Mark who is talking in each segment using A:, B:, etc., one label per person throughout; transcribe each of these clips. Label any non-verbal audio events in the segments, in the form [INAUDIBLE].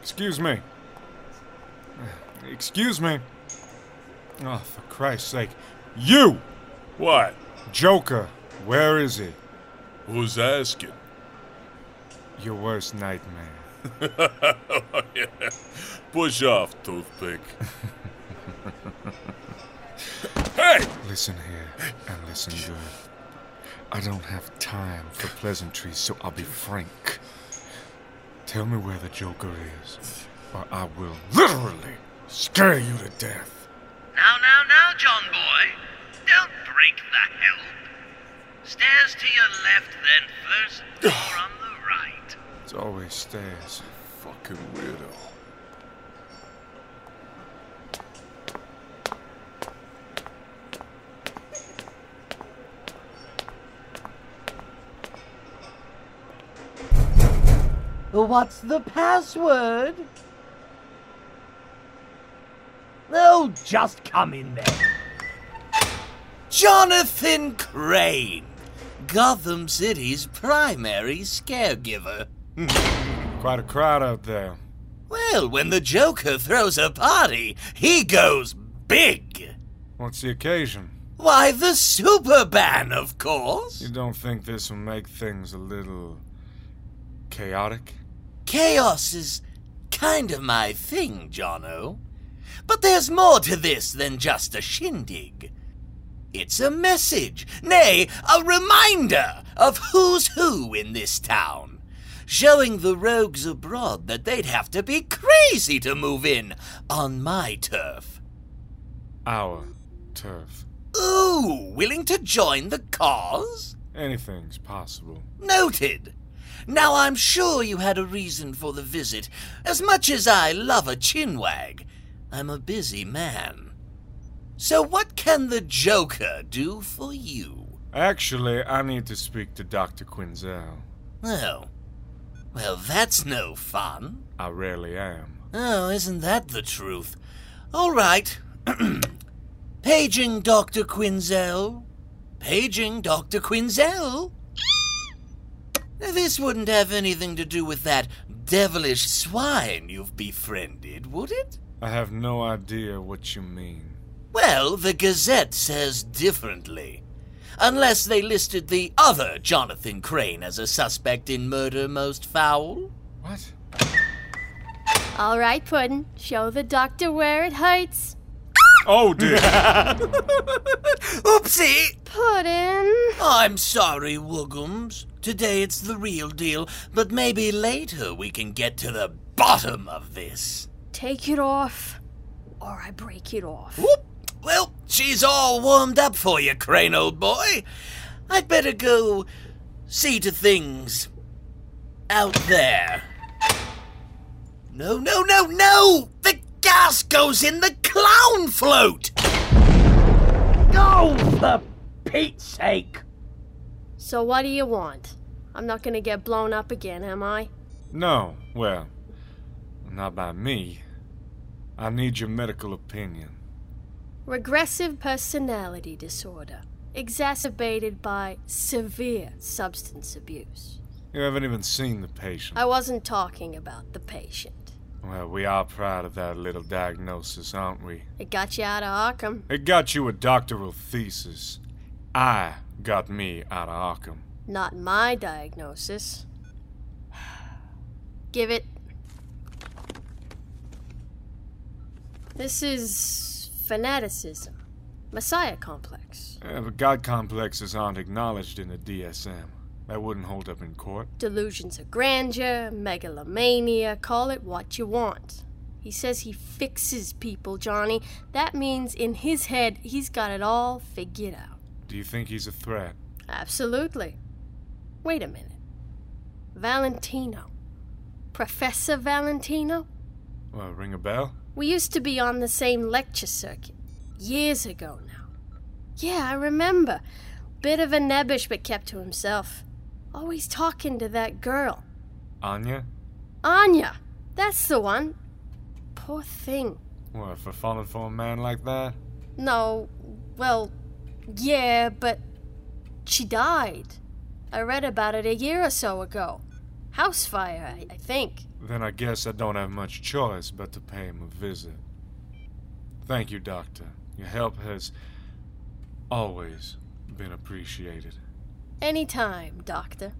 A: Excuse me. Excuse me. Oh, for Christ's sake. You!
B: What?
A: Joker, where is he?
B: Who's asking?
A: Your worst nightmare.
B: Push off,
C: [LAUGHS]
B: toothpick. hey!
A: Listen here, and listen good. I don't have time for pleasantries, so I'll be frank. Tell me where the Joker is, or I will literally scare you to death.
C: Now, now, now, John boy. Don't break the help. Stairs to your left, then first [SIGHS] door on the right.
A: It's always stairs.
B: Fucking weirdo.
D: What's the password? Oh, just come in there.
C: Jonathan Crane, Gotham City's primary scaregiver.
A: Quite a crowd out there.
C: Well, when the Joker throws a party, he goes big.
A: What's the occasion?
C: Why, the Super Ban, of course.
A: You don't think this will make things a little chaotic?
C: Chaos is kind of my thing, Jono. But there's more to this than just a shindig. It's a message, nay, a reminder of who's who in this town, showing the rogues abroad that they'd have to be crazy to move in on my turf.
A: Our turf.
C: Ooh, willing to join the cause?
A: Anything's possible.
C: Noted. Now I'm sure you had a reason for the visit. As much as I love a chinwag, I'm a busy man. So what can the Joker do for you?
A: Actually, I need to speak to Dr. Quinzel.
C: Oh. Well, that's no fun.
A: I rarely am.
C: Oh, isn't that the truth? All right. [CLEARS THROAT] Paging Dr. Quinzel. Paging Dr. Quinzel. Now, This wouldn't have anything to do with that devilish swine you've befriended, would it?
A: I have no idea what you mean.
C: Well, the Gazette says differently. Unless they listed the other Jonathan Crane as a suspect in murder most foul.
A: What?
E: All right, Puddin', show the doctor where it hurts.
A: Oh dear!
C: Oopsie!
E: Puddin'.
C: I'm sorry, Woogums. Today it's the real deal, but maybe later we can get to the bottom of this.
E: Take it off, or I break it off.
C: Whoop. Well, she's all warmed up for you, Crane, old boy. I'd better go see to things out there. No, no, no, no! The gas goes in the clown float!
D: Go Oh, for Pete's sake.
E: So, what do you want? I'm not gonna get blown up again, am I?
A: No, well, not by me. I need your medical opinion.
E: Regressive personality disorder, exacerbated by severe substance abuse.
A: You haven't even seen the patient.
E: I wasn't talking about the patient.
A: Well, we are proud of that little diagnosis, aren't we?
E: It got you out of Arkham.
A: It got you a doctoral thesis. I got me out of Arkham.
E: Not my diagnosis. Give it. This is fanaticism, messiah complex,
A: Yeah, but God complexes aren't acknowledged in the DSM. That wouldn't hold up in court.
E: delusions of grandeur, megalomania, call it what you want. He says he fixes people, Johnny. That means in his head, he's got it all figured out.
A: Do you think he's a threat?
E: Absolutely. Wait a minute. Valentino. Professor Valentino?
A: Well, ring a bell?
E: We used to be on the same lecture circuit years ago now. Yeah, I remember. Bit of a nebbish, but kept to himself. Always talking to that girl.
A: Anya?
E: Anya! That's the one. Poor thing.
A: What, for falling for a man like that?
E: No, well, yeah, but she died. I read about it a year or so ago. house fire, I, I think.
A: Then I guess I don't have much choice but to pay him a visit. Thank you, Doctor. Your help has always been appreciated.
E: Anytime, Doctor.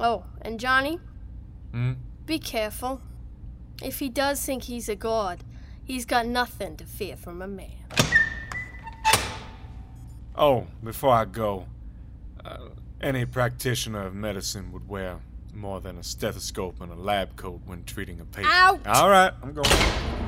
E: Oh, and Johnny,
A: Hmm?
E: be careful. If he does think he's a god, he's got nothing to fear from a man.
A: Oh, before I go, uh, any practitioner of medicine would wear more than a stethoscope and a lab coat when treating a patient.
E: Out!
A: All right, I'm going.